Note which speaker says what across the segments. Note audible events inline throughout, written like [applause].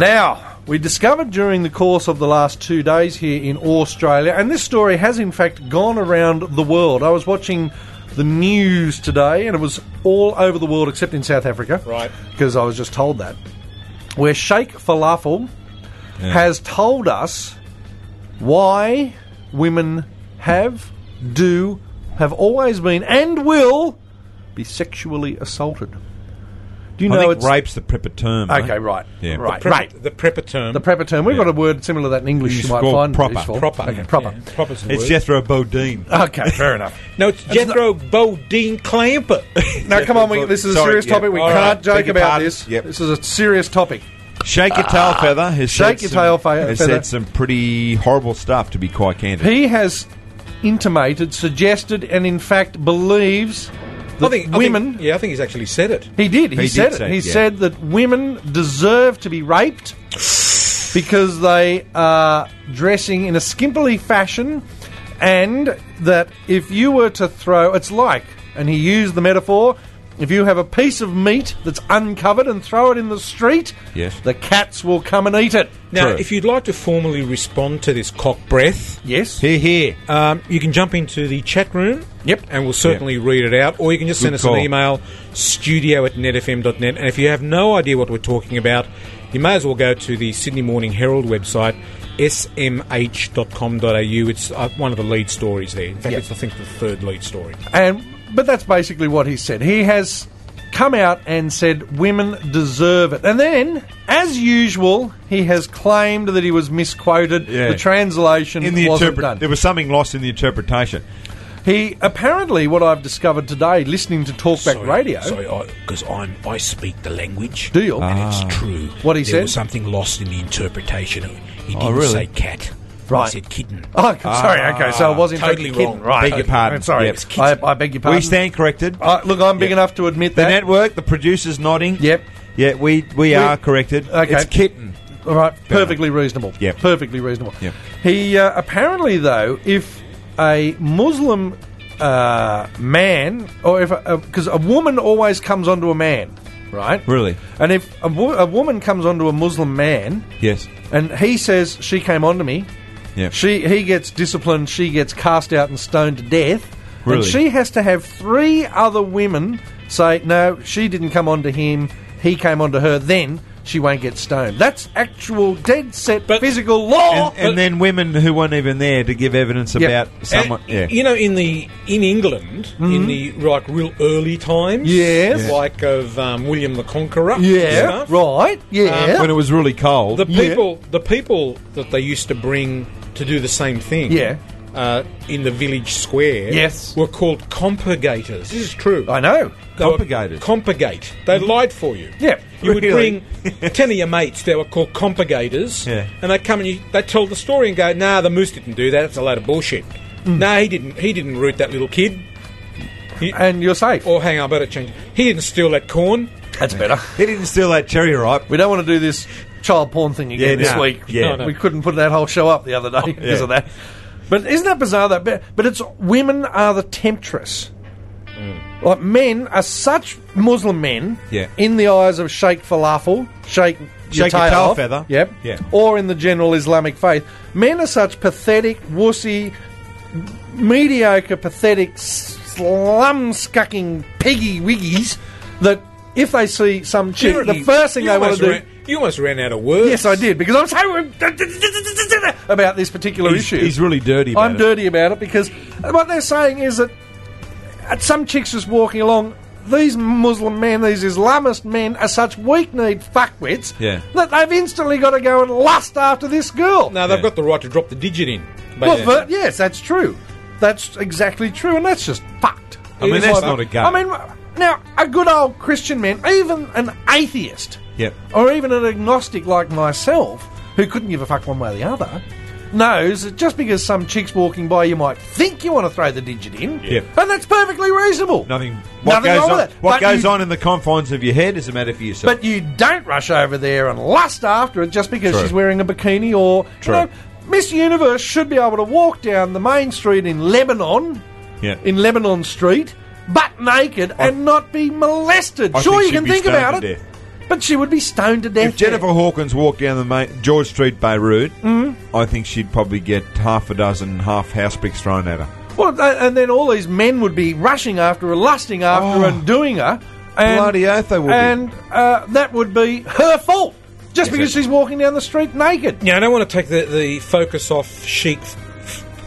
Speaker 1: Now, we discovered during the course of the last two days here in Australia, and this story has in fact gone around the world. I was watching the news today, and it was all over the world except in South Africa.
Speaker 2: Right.
Speaker 1: Because I was just told that. Where Sheikh Falafel has told us why women have, do, have always been, and will be sexually assaulted. Do you
Speaker 3: I
Speaker 1: know
Speaker 3: think
Speaker 1: it's.
Speaker 3: rape's the prepper term. mate.
Speaker 1: Okay, right.
Speaker 3: Yeah.
Speaker 1: Right.
Speaker 3: The
Speaker 2: Prep-
Speaker 1: right.
Speaker 2: The prepper term.
Speaker 1: The prepper term. We've got a word similar to that in English.
Speaker 3: It's
Speaker 1: you might
Speaker 3: called
Speaker 1: find
Speaker 3: proper.
Speaker 1: useful.
Speaker 2: proper.
Speaker 1: Okay, proper.
Speaker 2: Yeah, Proper's the
Speaker 3: It's
Speaker 2: word.
Speaker 3: Jethro Bodine.
Speaker 1: Okay, fair enough.
Speaker 2: no, it's Jethro Bodine Clamper.
Speaker 1: Now, come on. We, this is a
Speaker 3: Sorry,
Speaker 1: serious
Speaker 3: yeah.
Speaker 1: topic. We
Speaker 3: All
Speaker 1: can't
Speaker 3: right.
Speaker 1: joke
Speaker 3: Beg your
Speaker 1: about
Speaker 3: pardon.
Speaker 1: this.
Speaker 3: Yep.
Speaker 1: This is a serious topic.
Speaker 3: [laughs] Shake your tail feather. Has
Speaker 1: Ah, Shake
Speaker 3: said
Speaker 1: your
Speaker 3: some-
Speaker 1: tail fe-
Speaker 3: Has
Speaker 1: feather.
Speaker 3: said some pretty horrible stuff, to be quite candid.
Speaker 1: He has intimated, suggested, and in fact believes that
Speaker 2: I think, I
Speaker 1: women.
Speaker 2: think- yeah, I think he's actually said it.
Speaker 1: He did. He,
Speaker 3: He
Speaker 1: said
Speaker 3: did
Speaker 1: it.
Speaker 3: say
Speaker 1: he
Speaker 3: it, yeah.
Speaker 1: said that women deserve to be raped because they are dressing in a skimpily fashion, and that if you were to throw, it's like, and he used the metaphor. If you have a piece of meat that's uncovered and throw it in the street,
Speaker 3: Yes.
Speaker 1: the cats will come and eat it.
Speaker 2: Now,
Speaker 3: True.
Speaker 2: if you'd like to formally respond to this cock breath,
Speaker 1: Yes.
Speaker 3: Here, here.
Speaker 2: um, you can jump into the chat room.
Speaker 1: Yep.
Speaker 2: And we'll certainly read it out. Or you can just send
Speaker 3: Good
Speaker 2: us
Speaker 3: call.
Speaker 2: an email, studio at netfm.net. And if you have no idea what we're talking about, you may as well go to the Sydney Morning Herald website, smh.com.au. It's uh, one of the lead stories there. In fact,
Speaker 1: Yep.
Speaker 2: it's, I think, the third lead story.
Speaker 1: And but that's basically what he said. He has come out and said women deserve it. And then, as usual, he has claimed that he was misquoted.
Speaker 3: Yeah.
Speaker 1: The translation
Speaker 3: in the
Speaker 1: wasn't
Speaker 3: interpret, there
Speaker 1: done.
Speaker 3: was something lost in the interpretation.
Speaker 1: He apparently, what I've discovered today, listening to Talkback Radio.
Speaker 2: Sorry, because I'm I speak the language.
Speaker 1: Do you?
Speaker 2: And
Speaker 3: Ah.
Speaker 2: it's true.
Speaker 1: What he
Speaker 2: there
Speaker 1: said?
Speaker 2: was something lost in the interpretation. He didn't
Speaker 3: Oh, really?
Speaker 2: say cat.
Speaker 1: Right.
Speaker 2: He said kitten.
Speaker 1: Oh, okay, sorry. Okay, so I was in fact
Speaker 2: Totally
Speaker 1: kidding.
Speaker 2: wrong.
Speaker 1: Right.
Speaker 3: Ah, Beg your pardon.
Speaker 1: I'm sorry.
Speaker 3: Yep.
Speaker 1: I, I beg your pardon.
Speaker 3: We stand corrected.
Speaker 1: Uh, look, I'm big enough to admit
Speaker 3: the
Speaker 1: that.
Speaker 3: network, the producers nodding.
Speaker 1: Yep.
Speaker 3: Yeah, we, we, are corrected.
Speaker 1: Okay.
Speaker 3: It's kitten.
Speaker 1: All right, perfectly reasonable.
Speaker 3: Yep.
Speaker 1: perfectly reasonable.
Speaker 3: Yep.
Speaker 1: He uh, apparently, though, if a Muslim uh, man, or if because a, woman always comes onto a man, right?
Speaker 3: Really?
Speaker 1: And if a, wo- a woman comes onto a Muslim man,
Speaker 3: Yes.
Speaker 1: and he says she came onto me,
Speaker 3: Yeah.
Speaker 1: she he gets disciplined, she gets cast out and stoned to death,
Speaker 3: Really?
Speaker 1: and she has to have three other women say no, she didn't come onto him, he came onto her, then. She won't get stoned. That's actual dead set
Speaker 2: But-
Speaker 1: physical law.
Speaker 3: and, and then women who weren't even there to give evidence
Speaker 1: Oh, uh, Yeah.
Speaker 3: about someone.
Speaker 2: And,
Speaker 3: yeah.
Speaker 2: You know, in the in England, in the like real early times,
Speaker 1: Mm-hmm. Yes.
Speaker 2: like of um, William the Conqueror, and
Speaker 1: yeah,
Speaker 2: stuff,
Speaker 1: right. Yeah,
Speaker 3: when it was really cold.
Speaker 2: The
Speaker 1: Yeah.
Speaker 2: people, the people that they used to bring to do the same thing,
Speaker 1: Yeah.
Speaker 2: uh, in the village square,
Speaker 1: Yes.
Speaker 2: were called compurgators. This is true.
Speaker 1: I know.
Speaker 2: They were-
Speaker 3: Compurgators.
Speaker 2: Compurgate. They lied for you.
Speaker 1: Mm-hmm. Yeah,
Speaker 2: You
Speaker 3: really.
Speaker 2: would
Speaker 1: [laughs]
Speaker 2: bring ten of your mates. They were called compurgators.
Speaker 3: Yeah.
Speaker 2: And they come and you, they tell the story and go, "Nah, the moose didn't do that. It's a load of bullshit.
Speaker 1: Mm.
Speaker 2: Nah, he didn't. He didn't root that little kid. He-
Speaker 1: And you're safe.
Speaker 2: or hang on, I better change. He didn't steal that corn.
Speaker 1: That's better.
Speaker 3: he didn't steal that cherry ripe.
Speaker 1: We don't want to do this child porn thing again
Speaker 3: Yeah,
Speaker 1: this
Speaker 3: no.
Speaker 1: week.
Speaker 3: Yeah. No, no.
Speaker 1: We couldn't put that whole show up the other day because of that. But isn't that bizarre? That but, but it's women are the temptress. Like men are such Muslim men
Speaker 3: Mm. Yeah.
Speaker 1: in the eyes of Sheikh Falafel, Sheikh your
Speaker 3: Shake your
Speaker 1: tail
Speaker 3: tail
Speaker 1: off,
Speaker 3: feather.
Speaker 1: Yep.
Speaker 3: Yeah.
Speaker 1: Or in the general Islamic faith, men are such pathetic, wussy, mediocre, pathetic, slum scucking piggy wiggies that if they see some chick,
Speaker 2: You-
Speaker 1: the first thing
Speaker 2: you
Speaker 1: they want
Speaker 2: almost
Speaker 1: to do.
Speaker 2: ran- you almost ran out of words.
Speaker 1: Yes, I did because I'm so about this particular
Speaker 3: He's,
Speaker 1: issue.
Speaker 3: he's really dirty about
Speaker 1: I'm
Speaker 3: it.
Speaker 1: dirty about it because what they're saying is that uh, some chicks just walking along. These Muslim men, these Islamist men, are such weak-kneed fuckwits
Speaker 3: Yeah.
Speaker 1: that they've instantly got to go and lust after this girl.
Speaker 2: Now they've
Speaker 3: Yeah.
Speaker 2: got the right to drop the digit in.
Speaker 1: well,
Speaker 2: basically.
Speaker 1: but yes, that's true. That's exactly true, and that's just fucked.
Speaker 3: I mean,
Speaker 1: It's
Speaker 3: that's
Speaker 1: like-
Speaker 3: not a gun.
Speaker 1: I mean, now a good old Christian man, even an atheist,
Speaker 3: Yep.
Speaker 1: or even an agnostic like myself, who couldn't give a fuck one way or the other, knows that just because some chick's walking by, you might think you want to throw the digit in,
Speaker 3: Yep.
Speaker 1: and that's perfectly reasonable.
Speaker 3: Nothing. What
Speaker 1: Nothing
Speaker 3: goes
Speaker 1: wrong
Speaker 3: on?
Speaker 1: with it.
Speaker 3: What
Speaker 1: But
Speaker 3: goes
Speaker 1: you-
Speaker 3: on in the confines of your head is a matter for yourself.
Speaker 1: But you don't rush over there and lust after it just because
Speaker 3: True.
Speaker 1: she's wearing a bikini or.
Speaker 3: True.
Speaker 1: You know, Miss Universe should be able to walk down the main street in Lebanon,
Speaker 3: Yeah.
Speaker 1: in Lebanon Street, butt naked and not be molested.
Speaker 3: I
Speaker 1: sure,
Speaker 3: think
Speaker 1: you
Speaker 3: she'd
Speaker 1: can
Speaker 3: be
Speaker 1: think
Speaker 3: stoned
Speaker 1: about
Speaker 3: to
Speaker 1: it.
Speaker 3: death.
Speaker 1: But she would be stoned to death.
Speaker 3: If Jennifer Hawkins walked down the Ma George Street, Beirut,
Speaker 1: Mm-hmm.
Speaker 3: I think she'd probably get half a dozen half house bricks thrown at her.
Speaker 1: there. Well, tha- and then all these men would be rushing after her, lusting after her,
Speaker 3: Oh.
Speaker 1: and doing her. And,
Speaker 3: Bloody oath they would be.
Speaker 1: And uh, that would be her fault, just because
Speaker 3: Exactly.
Speaker 1: she's walking down the street naked.
Speaker 2: Now, I don't want to take the, the focus off chic,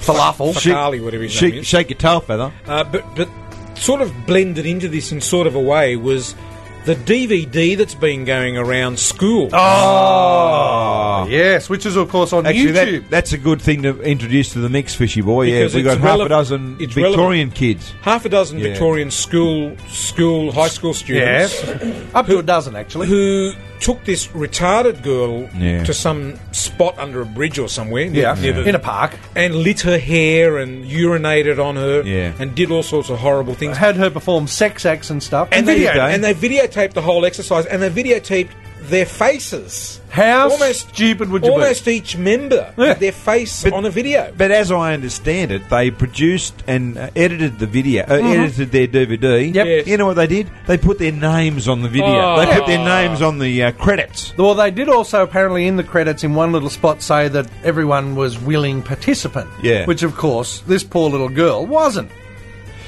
Speaker 1: Falafel.
Speaker 2: Shit. Carly, whatever his
Speaker 3: shake,
Speaker 2: name is.
Speaker 3: shake your tail feather.
Speaker 2: uh, but, but sort of blended into this in sort of a way was the DVD that's been going around school.
Speaker 1: Oh, yes, which is of course on
Speaker 3: Actually,
Speaker 1: YouTube.
Speaker 3: that, that's a good thing to introduce to the mix, Fishy Boy.
Speaker 2: Because
Speaker 3: yeah, we
Speaker 2: it's
Speaker 3: got half a
Speaker 2: relevant-
Speaker 3: dozen
Speaker 2: it's
Speaker 3: Victorian kids.
Speaker 2: Half a dozen
Speaker 3: Yeah.
Speaker 2: Victorian school, school, high school students.
Speaker 1: yes, up to a dozen actually.
Speaker 2: who took this retarded girl
Speaker 3: Yeah.
Speaker 2: to some spot under a bridge or somewhere,
Speaker 1: Yeah,
Speaker 2: near- near the-
Speaker 1: in a park.
Speaker 2: and lit her hair and urinated on her,
Speaker 3: Yeah.
Speaker 2: and did all sorts of horrible things.
Speaker 1: Had her perform sex acts and stuff.
Speaker 2: and video,
Speaker 3: go.
Speaker 2: and they videotaped the whole exercise, and they videotaped their faces.
Speaker 1: How stupid would you be?
Speaker 2: almost each member
Speaker 1: Yeah.
Speaker 2: had their face on a video.
Speaker 3: But as I understand it, they produced and uh, edited the video, uh, edited their DVD.
Speaker 1: Mm-hmm. Yep.
Speaker 2: Yes.
Speaker 3: You know what they did? They put their names on the video.
Speaker 2: Oh.
Speaker 3: They put their
Speaker 2: Yeah.
Speaker 3: names on the uh, credits.
Speaker 1: Well, they did also apparently in the credits in one little spot say that everyone was willing participant.
Speaker 3: Yeah.
Speaker 1: Which, of course, this poor little girl wasn't.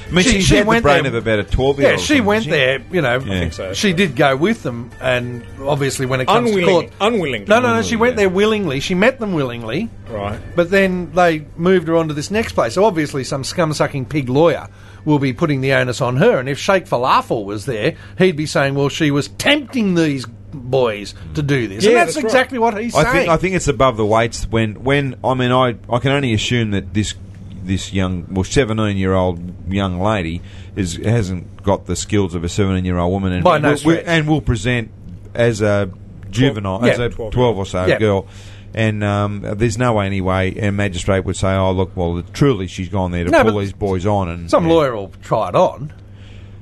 Speaker 3: I mean,
Speaker 1: She-
Speaker 3: she's
Speaker 1: she
Speaker 3: had the
Speaker 1: went
Speaker 3: brain
Speaker 1: there-
Speaker 3: of about a twelve year
Speaker 1: Yeah,
Speaker 3: old.
Speaker 1: she went there, you know.
Speaker 3: think
Speaker 2: so.
Speaker 1: She did go with them, and obviously when it comes to
Speaker 2: Unwilling-
Speaker 1: court.
Speaker 2: unwillingly.
Speaker 1: No, no, no. She went
Speaker 3: yeah.
Speaker 1: there willingly. She met them willingly.
Speaker 2: Right.
Speaker 1: But then they moved her on to this next place. So obviously, some scum sucking pig lawyer will be putting the onus on her. And if Sheikh Falafel was there, he'd be saying, well, she was tempting these boys to do this. and
Speaker 2: Yeah,
Speaker 1: that's,
Speaker 2: that's right.
Speaker 1: exactly what he's
Speaker 3: I
Speaker 1: saying.
Speaker 3: think I think it's above the weights when when I mean I I can only assume that this this young well seventeen year old young lady is hasn't got the skills of a seventeen year old woman and
Speaker 1: By no
Speaker 3: will- will,
Speaker 1: stretch.
Speaker 3: and will present as a juvenile
Speaker 1: Yeah.
Speaker 3: as a
Speaker 2: 12.
Speaker 3: twelve or so
Speaker 1: Yeah.
Speaker 3: girl. And um, there's no way, anyway, a magistrate would say, "Oh, look, well, truly, she's gone there to
Speaker 1: No,
Speaker 3: pull
Speaker 1: but
Speaker 3: these boys on." And
Speaker 1: Some
Speaker 3: and-
Speaker 1: lawyer will try it on.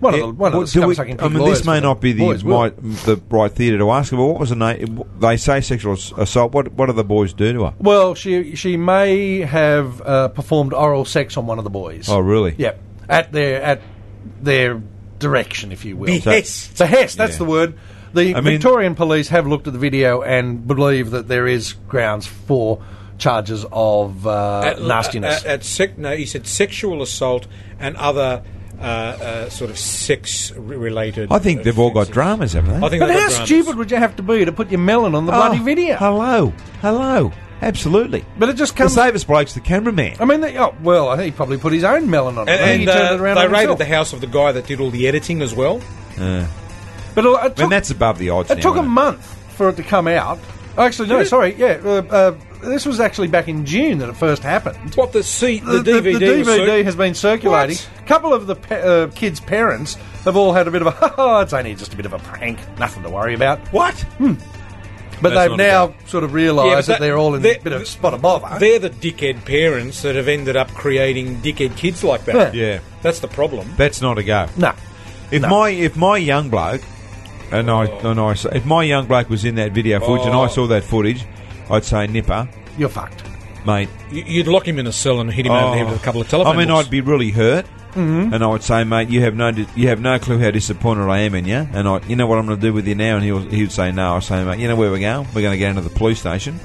Speaker 1: One of
Speaker 3: Yeah,
Speaker 1: the one
Speaker 3: well,
Speaker 1: of the
Speaker 3: do we-
Speaker 1: scum-sucking
Speaker 3: I
Speaker 1: pig
Speaker 3: mean, this
Speaker 1: lawyers
Speaker 3: may
Speaker 1: will.
Speaker 3: not be the
Speaker 1: Boys will.
Speaker 3: right, the right theatre to ask her. But what was the name? They say sexual ass- assault. What what do the boys do to her?
Speaker 1: Well, she she may have uh, performed oral sex on one of the boys.
Speaker 3: Oh, really?
Speaker 1: Yep. At their at their direction, if you will.
Speaker 2: Behest.
Speaker 1: Behest, that's
Speaker 3: Yeah.
Speaker 1: the word. The
Speaker 3: I mean-
Speaker 1: Victorian police have looked at the video and believe that there is grounds for charges of uh,
Speaker 2: at,
Speaker 1: nastiness.
Speaker 2: At, at sec- no, he said sexual assault and other uh, uh, sort of sex-related.
Speaker 3: I think they've all got
Speaker 2: offences.
Speaker 3: dramas, haven't they?
Speaker 2: I think
Speaker 1: but
Speaker 2: they've got
Speaker 1: how
Speaker 2: dramas.
Speaker 1: stupid would you have to be to put your melon on the
Speaker 3: Oh,
Speaker 1: bloody video?
Speaker 3: Hello, hello, absolutely.
Speaker 1: But it just
Speaker 3: The
Speaker 1: comes.
Speaker 3: Savers bloke's the cameraman.
Speaker 1: I mean, they, oh well, I think he probably put his own melon on it. I think
Speaker 2: And,
Speaker 1: he
Speaker 2: and,
Speaker 1: turned
Speaker 2: uh,
Speaker 1: it around
Speaker 2: they
Speaker 1: on
Speaker 2: raided
Speaker 1: himself.
Speaker 2: the house of the guy that did all the editing as well.
Speaker 1: But it, it
Speaker 3: I mean,
Speaker 1: took,
Speaker 3: that's above the odds.
Speaker 1: it
Speaker 3: now,
Speaker 1: took a
Speaker 3: isn't
Speaker 1: month for it to come out. Actually, no,
Speaker 2: Did it?
Speaker 1: sorry, yeah. Uh, uh, this was actually back in June that it first happened.
Speaker 2: What the C, the, DVD, was
Speaker 1: DVD
Speaker 2: so-
Speaker 1: has been circulating.
Speaker 2: What?
Speaker 1: A couple of the pa- uh, kids' parents have all had a bit of a, [laughs] oh, it's only just a bit of a prank, nothing to worry about.
Speaker 3: What?
Speaker 1: But
Speaker 2: That's
Speaker 1: they've
Speaker 2: not a
Speaker 1: now sort of realised
Speaker 2: Yeah, but
Speaker 1: that,
Speaker 2: that-
Speaker 1: they're all in
Speaker 2: they're-
Speaker 1: a bit of a spot of bother.
Speaker 2: They're the dickhead parents that have ended up creating dickhead kids like that.
Speaker 1: Yeah.
Speaker 3: Yeah,
Speaker 2: That's the problem.
Speaker 3: [laughs] that's not a go.
Speaker 1: No.
Speaker 3: If
Speaker 1: No.
Speaker 3: my if my young bloke and I and I sa- if my young bloke was in that video footage and
Speaker 2: Oh.
Speaker 3: I saw that footage, I'd say nipper,
Speaker 1: You're fucked.
Speaker 3: mate.
Speaker 2: You- You'd lock him in a cell and hit him over the head
Speaker 3: Oh.
Speaker 2: with a couple of telephone
Speaker 3: I mean,
Speaker 2: books.
Speaker 3: I'd be really hurt, and I would say, mate, you have no, di- you have no clue how disappointed I am in you. And I, you know what I'm going to do with you now? And he'll, he'd say, no. I say, mate, you know where we're going? We're going to go into the police station,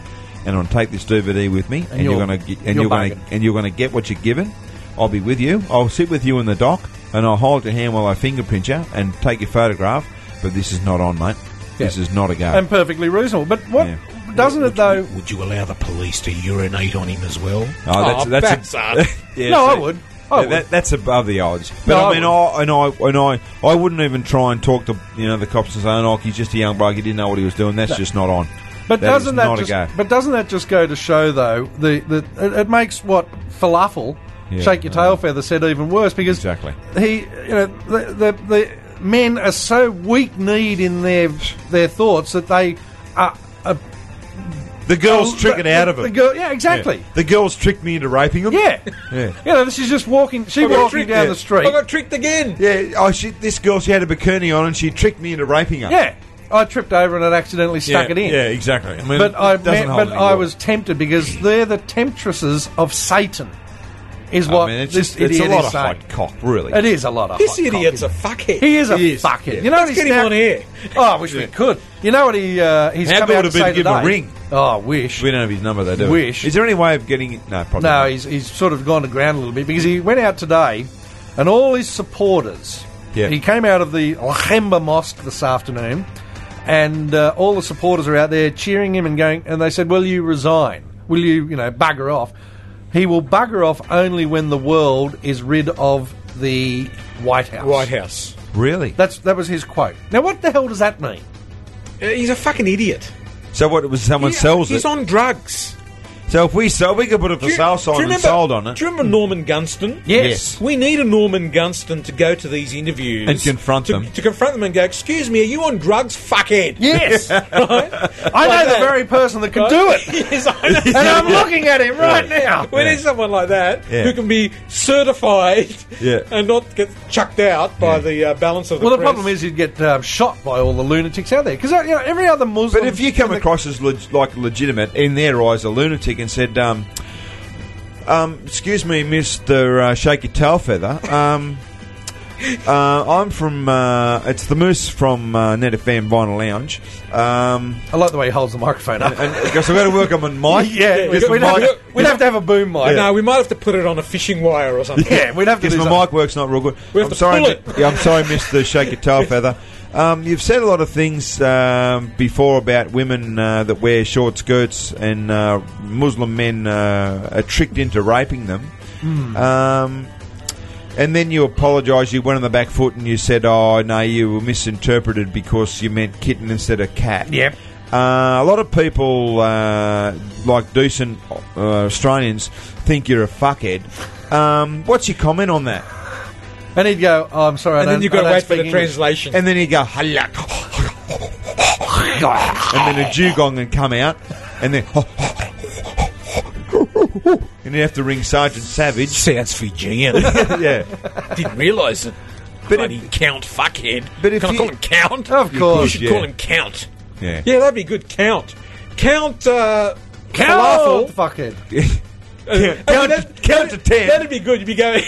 Speaker 3: and I'll take this DVD with me, and, you're
Speaker 1: you'll-
Speaker 3: going to,
Speaker 1: you'll
Speaker 3: and you're going to,
Speaker 1: bargain.
Speaker 3: and you're going to get what you're given. I'll be with you. I'll sit with you in the dock, and I'll hold your hand while I fingerprint you and take your photograph. But this is not on, mate. This is not a go.
Speaker 1: And perfectly reasonable. But what
Speaker 3: Yeah.
Speaker 1: doesn't it, though?
Speaker 4: Would you allow the police to urinate on him as well?
Speaker 3: Oh,
Speaker 2: Oh,
Speaker 3: that's, [laughs]
Speaker 2: backside.
Speaker 3: yeah,
Speaker 1: No, I
Speaker 3: see.
Speaker 1: would. I
Speaker 3: Yeah, That, that's above the odds. But
Speaker 1: Oh, No, I
Speaker 3: I mean, I, and I and I, I wouldn't even try and talk to you know the cops and say, "Oh, he's just a young bloke. He didn't know what he was doing." That's just not on.
Speaker 1: But
Speaker 3: That is
Speaker 1: doesn't that
Speaker 3: not
Speaker 1: just,
Speaker 3: a go.
Speaker 1: but doesn't that just go to show though the, the it, it makes what falafel
Speaker 3: Yeah,
Speaker 1: shake your
Speaker 3: I know.
Speaker 1: tail feather said even worse because
Speaker 3: Exactly.
Speaker 1: he you know the, the the men are so weak kneed in their their thoughts that they are, are
Speaker 3: the girls trick it
Speaker 1: the-
Speaker 3: out of
Speaker 1: the
Speaker 3: him.
Speaker 1: girl- yeah, exactly.
Speaker 3: The girls tricked me into raping him.
Speaker 1: Yeah.
Speaker 3: Yeah.
Speaker 1: You know, she's just walking. She
Speaker 2: I got
Speaker 1: walking
Speaker 2: tricked.
Speaker 1: down
Speaker 3: yeah.
Speaker 1: the street.
Speaker 2: I got tricked again.
Speaker 3: Yeah. Oh, she, this girl, she had a bikini on, and she tricked me into raping her.
Speaker 1: yeah, I tripped over and it accidentally stuck it in.
Speaker 3: Yeah, exactly. I mean,
Speaker 1: But I
Speaker 3: it doesn't
Speaker 1: meant,
Speaker 3: hold
Speaker 1: but
Speaker 3: any
Speaker 1: I
Speaker 3: water.
Speaker 1: was tempted because they're the temptresses of Satan. is what
Speaker 3: I mean, it's,
Speaker 1: this
Speaker 3: just,
Speaker 1: idiot
Speaker 3: it's a lot
Speaker 1: is
Speaker 3: of
Speaker 1: saying.
Speaker 3: hot cock, really.
Speaker 1: It is a lot of
Speaker 2: This
Speaker 1: hot cock,
Speaker 2: idiot's
Speaker 1: isn't
Speaker 2: a
Speaker 1: it?
Speaker 2: fuckhead.
Speaker 1: He is a
Speaker 2: He is.
Speaker 1: fuckhead.
Speaker 2: Yeah.
Speaker 1: You know
Speaker 2: Let's
Speaker 1: what
Speaker 2: get
Speaker 1: he's
Speaker 2: him
Speaker 1: now-
Speaker 2: on air.
Speaker 1: Oh, I wish we could. You know what he uh, he's
Speaker 3: How
Speaker 1: come
Speaker 3: good
Speaker 1: out
Speaker 3: would
Speaker 1: to
Speaker 3: it be
Speaker 1: say
Speaker 3: to give him a
Speaker 1: today?
Speaker 3: ring?
Speaker 1: Oh, I wish.
Speaker 3: We don't have his number, though, do
Speaker 1: Wish.
Speaker 3: we? Is there any way of getting... No, probably
Speaker 1: No,
Speaker 3: not.
Speaker 1: he's, he's sort of gone to ground a little bit because he went out today and all his supporters.
Speaker 3: Yeah.
Speaker 1: He came out of the Lachemba Mosque this afternoon and uh, all the supporters are out there cheering him and going, and they said, Will you resign? Will you, you know, bugger off? He will bugger off only when the world is rid of the White House.
Speaker 2: White House.
Speaker 3: Really?
Speaker 1: That's, that was his quote. Now, what the hell does that mean?
Speaker 2: Uh, He's a fucking idiot.
Speaker 3: So what, it was someone
Speaker 2: Yeah,
Speaker 3: sells
Speaker 2: he's
Speaker 3: it?
Speaker 2: on drugs.
Speaker 3: so if we sell, we could put a for
Speaker 2: Do you-
Speaker 3: sale
Speaker 2: do you
Speaker 3: sign and
Speaker 2: remember-
Speaker 3: sold on it.
Speaker 2: Do you remember Norman Gunston?
Speaker 1: Yes.
Speaker 2: We need a Norman Gunston to go to these interviews
Speaker 3: And confront
Speaker 2: to,
Speaker 3: them.
Speaker 2: To confront them and go, "Excuse me, are you on drugs, fuckhead?" [laughs]
Speaker 1: Yes! [laughs] I
Speaker 2: Right?
Speaker 1: know the very person that could do [laughs] it.
Speaker 2: [laughs] yes, I know.
Speaker 1: And I'm looking at him right now.
Speaker 2: We need someone like that
Speaker 3: Yeah.
Speaker 2: who can be certified
Speaker 3: Yeah.
Speaker 2: and not get chucked out by
Speaker 3: Yeah.
Speaker 2: the uh, balance of the
Speaker 1: Well, the
Speaker 2: press.
Speaker 1: problem is you'd get um, shot by all the lunatics out there because you know every other Muslim.
Speaker 3: But if you come across as leg- like legitimate in their eyes, a lunatic, and said, um, um, "Excuse me, Mister uh, Shake Your Tail Feather, um, uh, I'm from uh, it's the Moose from uh, Net FM Vinyl Lounge, um,
Speaker 1: I like the way he holds the microphone
Speaker 3: [laughs]
Speaker 1: up.
Speaker 3: and because I've got to work on my mic.
Speaker 1: yeah,
Speaker 2: yeah,
Speaker 1: we'd,
Speaker 2: yeah.
Speaker 1: we'd have,
Speaker 2: Yeah.
Speaker 1: to, we'd have to have a boom mic.
Speaker 2: No, we might have to put it on a fishing wire or something.
Speaker 1: Yeah, we'd have to
Speaker 3: Because
Speaker 1: do
Speaker 3: my
Speaker 1: something.
Speaker 3: mic work's not real good.
Speaker 2: We have
Speaker 3: I'm
Speaker 2: to
Speaker 3: sorry,
Speaker 2: pull it.
Speaker 3: Mi- yeah, I'm
Speaker 2: [laughs]
Speaker 3: sorry, Mister Shake Your Tail Feather. Um, you've said a lot of things um, before about women uh, that wear short skirts and uh, Muslim men uh, are tricked into raping them.
Speaker 2: Hmm.
Speaker 3: Um, and then you apologised. You went on the back foot and you said, "Oh no, you were misinterpreted because you meant kitten instead of cat."
Speaker 1: Yep.
Speaker 3: Uh, a lot of people, uh, like decent uh, Australians, think you're a fuckhead. Um, what's your comment on that?
Speaker 1: And he'd go, oh, "I'm sorry." I
Speaker 2: And
Speaker 1: don't,
Speaker 2: then you've
Speaker 1: I
Speaker 2: got to
Speaker 1: don't
Speaker 2: wait for
Speaker 1: speak
Speaker 2: the
Speaker 1: English.
Speaker 2: translation.
Speaker 3: And then he'd go, "Halak," and then a dugong would come out, and then, and you have to ring Sergeant Savage. [laughs]
Speaker 4: Sounds Fijian. [laughs]
Speaker 2: [laughs]
Speaker 3: yeah.
Speaker 4: Didn't realise it.
Speaker 3: But
Speaker 4: Bloody Count Fuckhead.
Speaker 3: But if
Speaker 4: Can I
Speaker 3: you-
Speaker 4: call him Count?
Speaker 1: Of course,
Speaker 4: You should
Speaker 3: yeah.
Speaker 4: call him Count.
Speaker 3: Yeah.
Speaker 2: Yeah, that'd be good. Count. Count.
Speaker 1: Oh,
Speaker 2: Uh, falafel.
Speaker 1: fuck it.
Speaker 2: I mean,
Speaker 3: Count-
Speaker 2: that-
Speaker 3: count to
Speaker 2: that'd-
Speaker 3: ten.
Speaker 2: That'd be good. You'd be [laughs] going.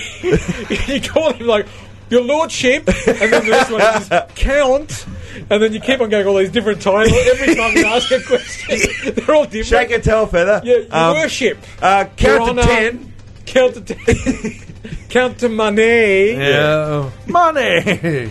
Speaker 2: you call him like your lordship, and then the rest of it is just count, and then you keep on going all these different titles every time you ask a question.
Speaker 3: [laughs]
Speaker 2: They're all different.
Speaker 3: Shake your tail feather.
Speaker 2: Yeah, your
Speaker 3: Um,
Speaker 2: worship. Your
Speaker 3: uh, count to
Speaker 2: Honour,
Speaker 3: ten.
Speaker 2: Count to
Speaker 3: [laughs]
Speaker 2: ten. count to money.
Speaker 1: Yeah,
Speaker 3: [laughs]
Speaker 1: money.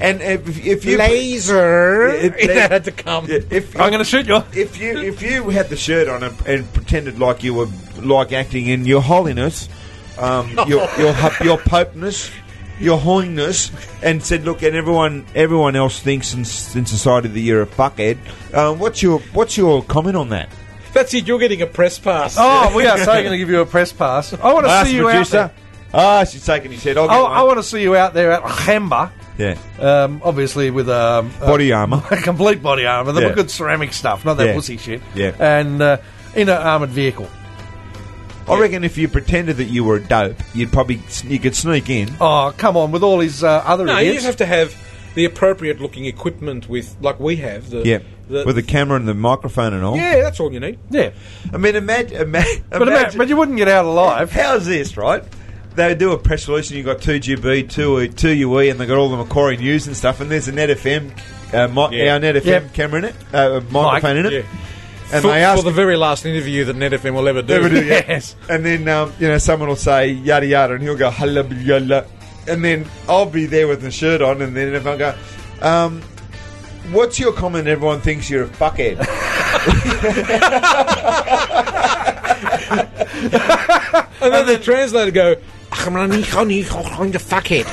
Speaker 3: And if, if you
Speaker 2: Laser.
Speaker 3: Yeah, it-
Speaker 2: that had to come.
Speaker 3: Yeah,
Speaker 2: [laughs]
Speaker 3: if
Speaker 1: I'm going to shoot you.
Speaker 3: if you if you had the shirt on and, and pretended like you were like acting in your holiness,
Speaker 1: [laughs]
Speaker 3: um, your your hu- your popeness, your holiness, and said, look, and everyone everyone else thinks in, s- in society that you're a fuckhead. Um, what's your what's your comment on that?
Speaker 2: That's it. You're getting a press pass.
Speaker 1: Oh, we are so going to give you a press pass. I want to
Speaker 3: Ask
Speaker 1: see
Speaker 3: the
Speaker 1: you out
Speaker 3: producer.
Speaker 1: there.
Speaker 3: Ah, she's taking his head. I'll
Speaker 1: I,
Speaker 3: get one.
Speaker 1: I want to see you out there at Hemba,
Speaker 3: yeah,
Speaker 1: um, obviously with um, a
Speaker 3: body armor.
Speaker 1: a [laughs] complete body armor. The
Speaker 3: Yeah.
Speaker 1: good ceramic stuff, not that
Speaker 3: Yeah.
Speaker 1: pussy shit.
Speaker 3: Yeah.
Speaker 1: And uh, in an armored vehicle.
Speaker 3: I reckon if you pretended that you were a dope, you'd probably s- you could sneak in.
Speaker 1: Oh, come on, with all his uh, other
Speaker 2: [laughs] No, you
Speaker 1: idiots.
Speaker 2: just have to have the appropriate looking equipment with, like we have. The,
Speaker 3: Yeah,
Speaker 2: The,
Speaker 3: with a camera and the microphone and all.
Speaker 2: yeah, that's all you need.
Speaker 1: yeah.
Speaker 3: I mean, imagine, imagine,
Speaker 1: But, imagine, but you wouldn't get out alive.
Speaker 3: How's this, right? They do a press release and you've got 2GB, 2, 2UE, E, and they've got all the Macquarie news and stuff, and there's a Net FM, uh, mi-
Speaker 2: Yeah.
Speaker 3: our Net FM
Speaker 1: Yep.
Speaker 3: camera in it, uh, microphone in it.
Speaker 2: Yeah.
Speaker 3: And
Speaker 2: for,
Speaker 3: they ask.
Speaker 2: for the very last interview that NetFM will ever do. [laughs]
Speaker 3: Never do, yeah.
Speaker 1: Yes.
Speaker 3: And then, um, you know, someone will say yada yada, and he'll go hala blah, yada. And then I'll be there with the shirt on, and then if I go, um, what's your comment? Everyone thinks you're a fuckhead.
Speaker 2: And then the translator go,
Speaker 4: I'm running, honey, I'm the fuckhead.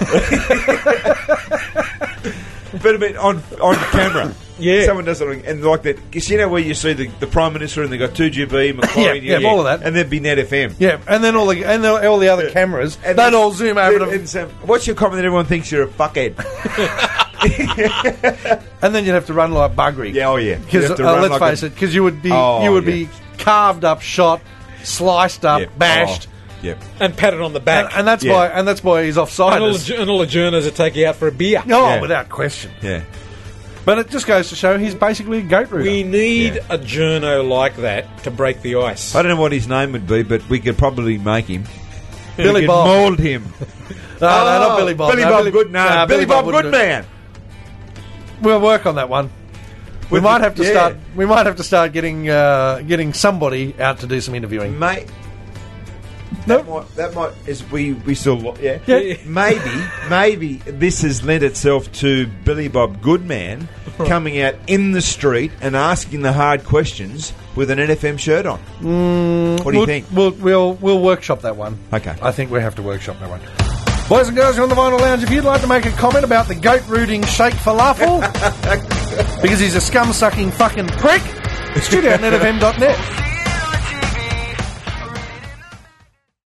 Speaker 3: But I mean, on
Speaker 1: [coughs]
Speaker 3: on camera.
Speaker 2: Yeah.
Speaker 3: Someone does something, and like that. Because you know where you see the, the Prime Minister and they
Speaker 1: [coughs]
Speaker 3: got 2GB,
Speaker 1: Yeah,
Speaker 3: Macquarie,
Speaker 1: yeah, all of that.
Speaker 3: And there'd be Net FM.
Speaker 1: Yeah, and then all the and the, all the other cameras,
Speaker 3: And
Speaker 1: they'd
Speaker 3: then-
Speaker 1: all zoom over
Speaker 3: then-
Speaker 1: to,
Speaker 3: and so, um, What's your comment that everyone thinks you're
Speaker 1: [laughs]
Speaker 3: a fuckhead?
Speaker 1: and then you'd have to run like buggery.
Speaker 3: yeah, oh yeah. You'd
Speaker 1: because
Speaker 3: have to
Speaker 1: uh,
Speaker 3: run
Speaker 1: let's
Speaker 3: like
Speaker 1: face
Speaker 3: a-
Speaker 1: it, because you would be
Speaker 3: Oh,
Speaker 1: you would
Speaker 3: yeah.
Speaker 1: be carved up, shot, sliced up,
Speaker 3: yeah,
Speaker 1: Uh, bashed,
Speaker 3: oh, yeah.
Speaker 2: [laughs] and pat it on the
Speaker 1: and,
Speaker 2: back.
Speaker 1: and that's
Speaker 3: Yeah.
Speaker 1: why and that's why he's offside.
Speaker 2: And all, the,
Speaker 1: us.
Speaker 2: ju- and all the journalists will take you out for a beer.
Speaker 1: Oh,
Speaker 3: Yeah.
Speaker 1: without question.
Speaker 3: Yeah.
Speaker 1: But it just goes to show he's basically a goat rooter.
Speaker 2: We need
Speaker 3: Yeah.
Speaker 2: a journo like that to break the ice.
Speaker 3: I don't know what his name would be, but we could probably make him.
Speaker 1: Billy
Speaker 3: You can
Speaker 1: Bob.
Speaker 3: Mauled him.
Speaker 1: No, no, not Billy Bob.
Speaker 3: Oh, Billy
Speaker 1: No,
Speaker 3: Bob Goodman.
Speaker 1: no,
Speaker 3: Billy, Bob,
Speaker 1: wouldn't do it.
Speaker 3: Goodman.
Speaker 1: We'll work on that one. We
Speaker 3: With
Speaker 1: might
Speaker 3: the-
Speaker 1: have to
Speaker 3: yeah.
Speaker 1: start. We might have to start getting uh, getting somebody out to do some interviewing.
Speaker 3: Mate,
Speaker 1: No,
Speaker 3: that might, that might is we we still lo- yeah.
Speaker 2: Yeah.
Speaker 3: Maybe maybe this has lent itself to Billy Bob Goodman coming out in the street and asking the hard questions with an NFM shirt on. what do you
Speaker 1: we'll,
Speaker 3: think?
Speaker 1: We'll, we'll we'll workshop that one.
Speaker 3: Okay.
Speaker 1: I think we have to workshop that one. Boys and girls, you're on the vinyl lounge. If you'd like to make a comment about the goat rooting Sheikh Falafel,
Speaker 3: [laughs] [laughs]
Speaker 1: because he's a scum sucking fucking prick, studio at netfm.net.